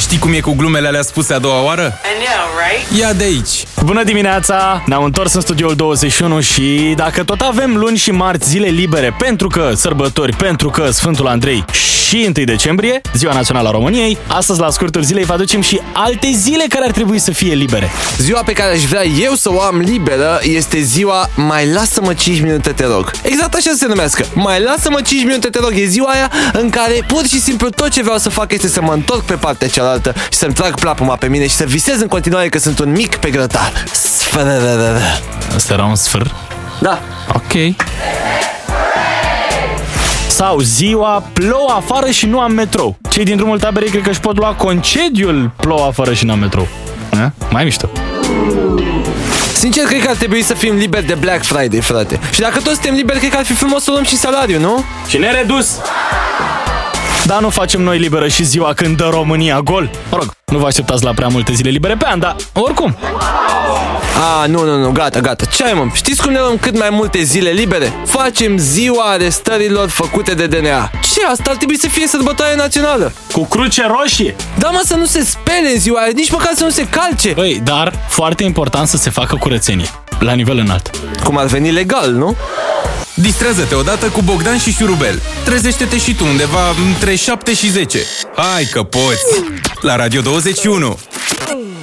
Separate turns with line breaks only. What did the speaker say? Știi cum e cu glumele alea spuse a doua oară? Ia de aici!
Bună dimineața! Ne-am întors în studioul 21 și dacă tot avem luni și marți zile libere pentru că sărbători, pentru că Sfântul Andrei și 1 decembrie, Ziua Națională a României, astăzi la scurtul zilei vă aducem și alte zile care ar trebui să fie libere.
Ziua pe care aș vrea eu să o am liberă este ziua Mai lasă-mă 5 minute, te rog. Exact așa se numească. Mai lasă-mă 5 minute, te rog. E ziua aia în care pur și simplu tot ce vreau să fac este să mă întorc pe partea cealaltă și să-mi trag plapuma pe mine și să visez în continuare că sunt un mic pe grătar. Sfărărără.
Asta era un sfâr.
Da.
Ok. Sau ziua plouă afară și nu am metrou. Cei din drumul taberei cred că își pot lua concediul plouă afară și nu am metrou. A? Mai mișto.
Sincer, cred că ar trebui să fim liberi de Black Friday, frate. Și dacă toți suntem liberi, cred că ar fi frumos să luăm și salariu, nu?
Și ne redus! Dar nu facem noi liberă și ziua când dă România gol. Mă rog, nu vă așteptați la prea multe zile libere pe an, dar oricum.
A, nu, nu, nu, gata, gata. Ce ai, mă? Știți cum ne luăm cât mai multe zile libere? Facem ziua arestărilor făcute de DNA. Ce? Asta ar trebui să fie sărbătoare națională.
Cu cruce roșie.
Da, mă, să nu se spele în ziua aia, nici măcar să nu se calce.
Băi, dar foarte important să se facă curățenie. La nivel înalt.
Cum ar veni legal, nu?
Distrează-te odată cu Bogdan și Șurubel. Trezește-te și tu undeva între 7 și 10. Hai că poți! La Radio 21!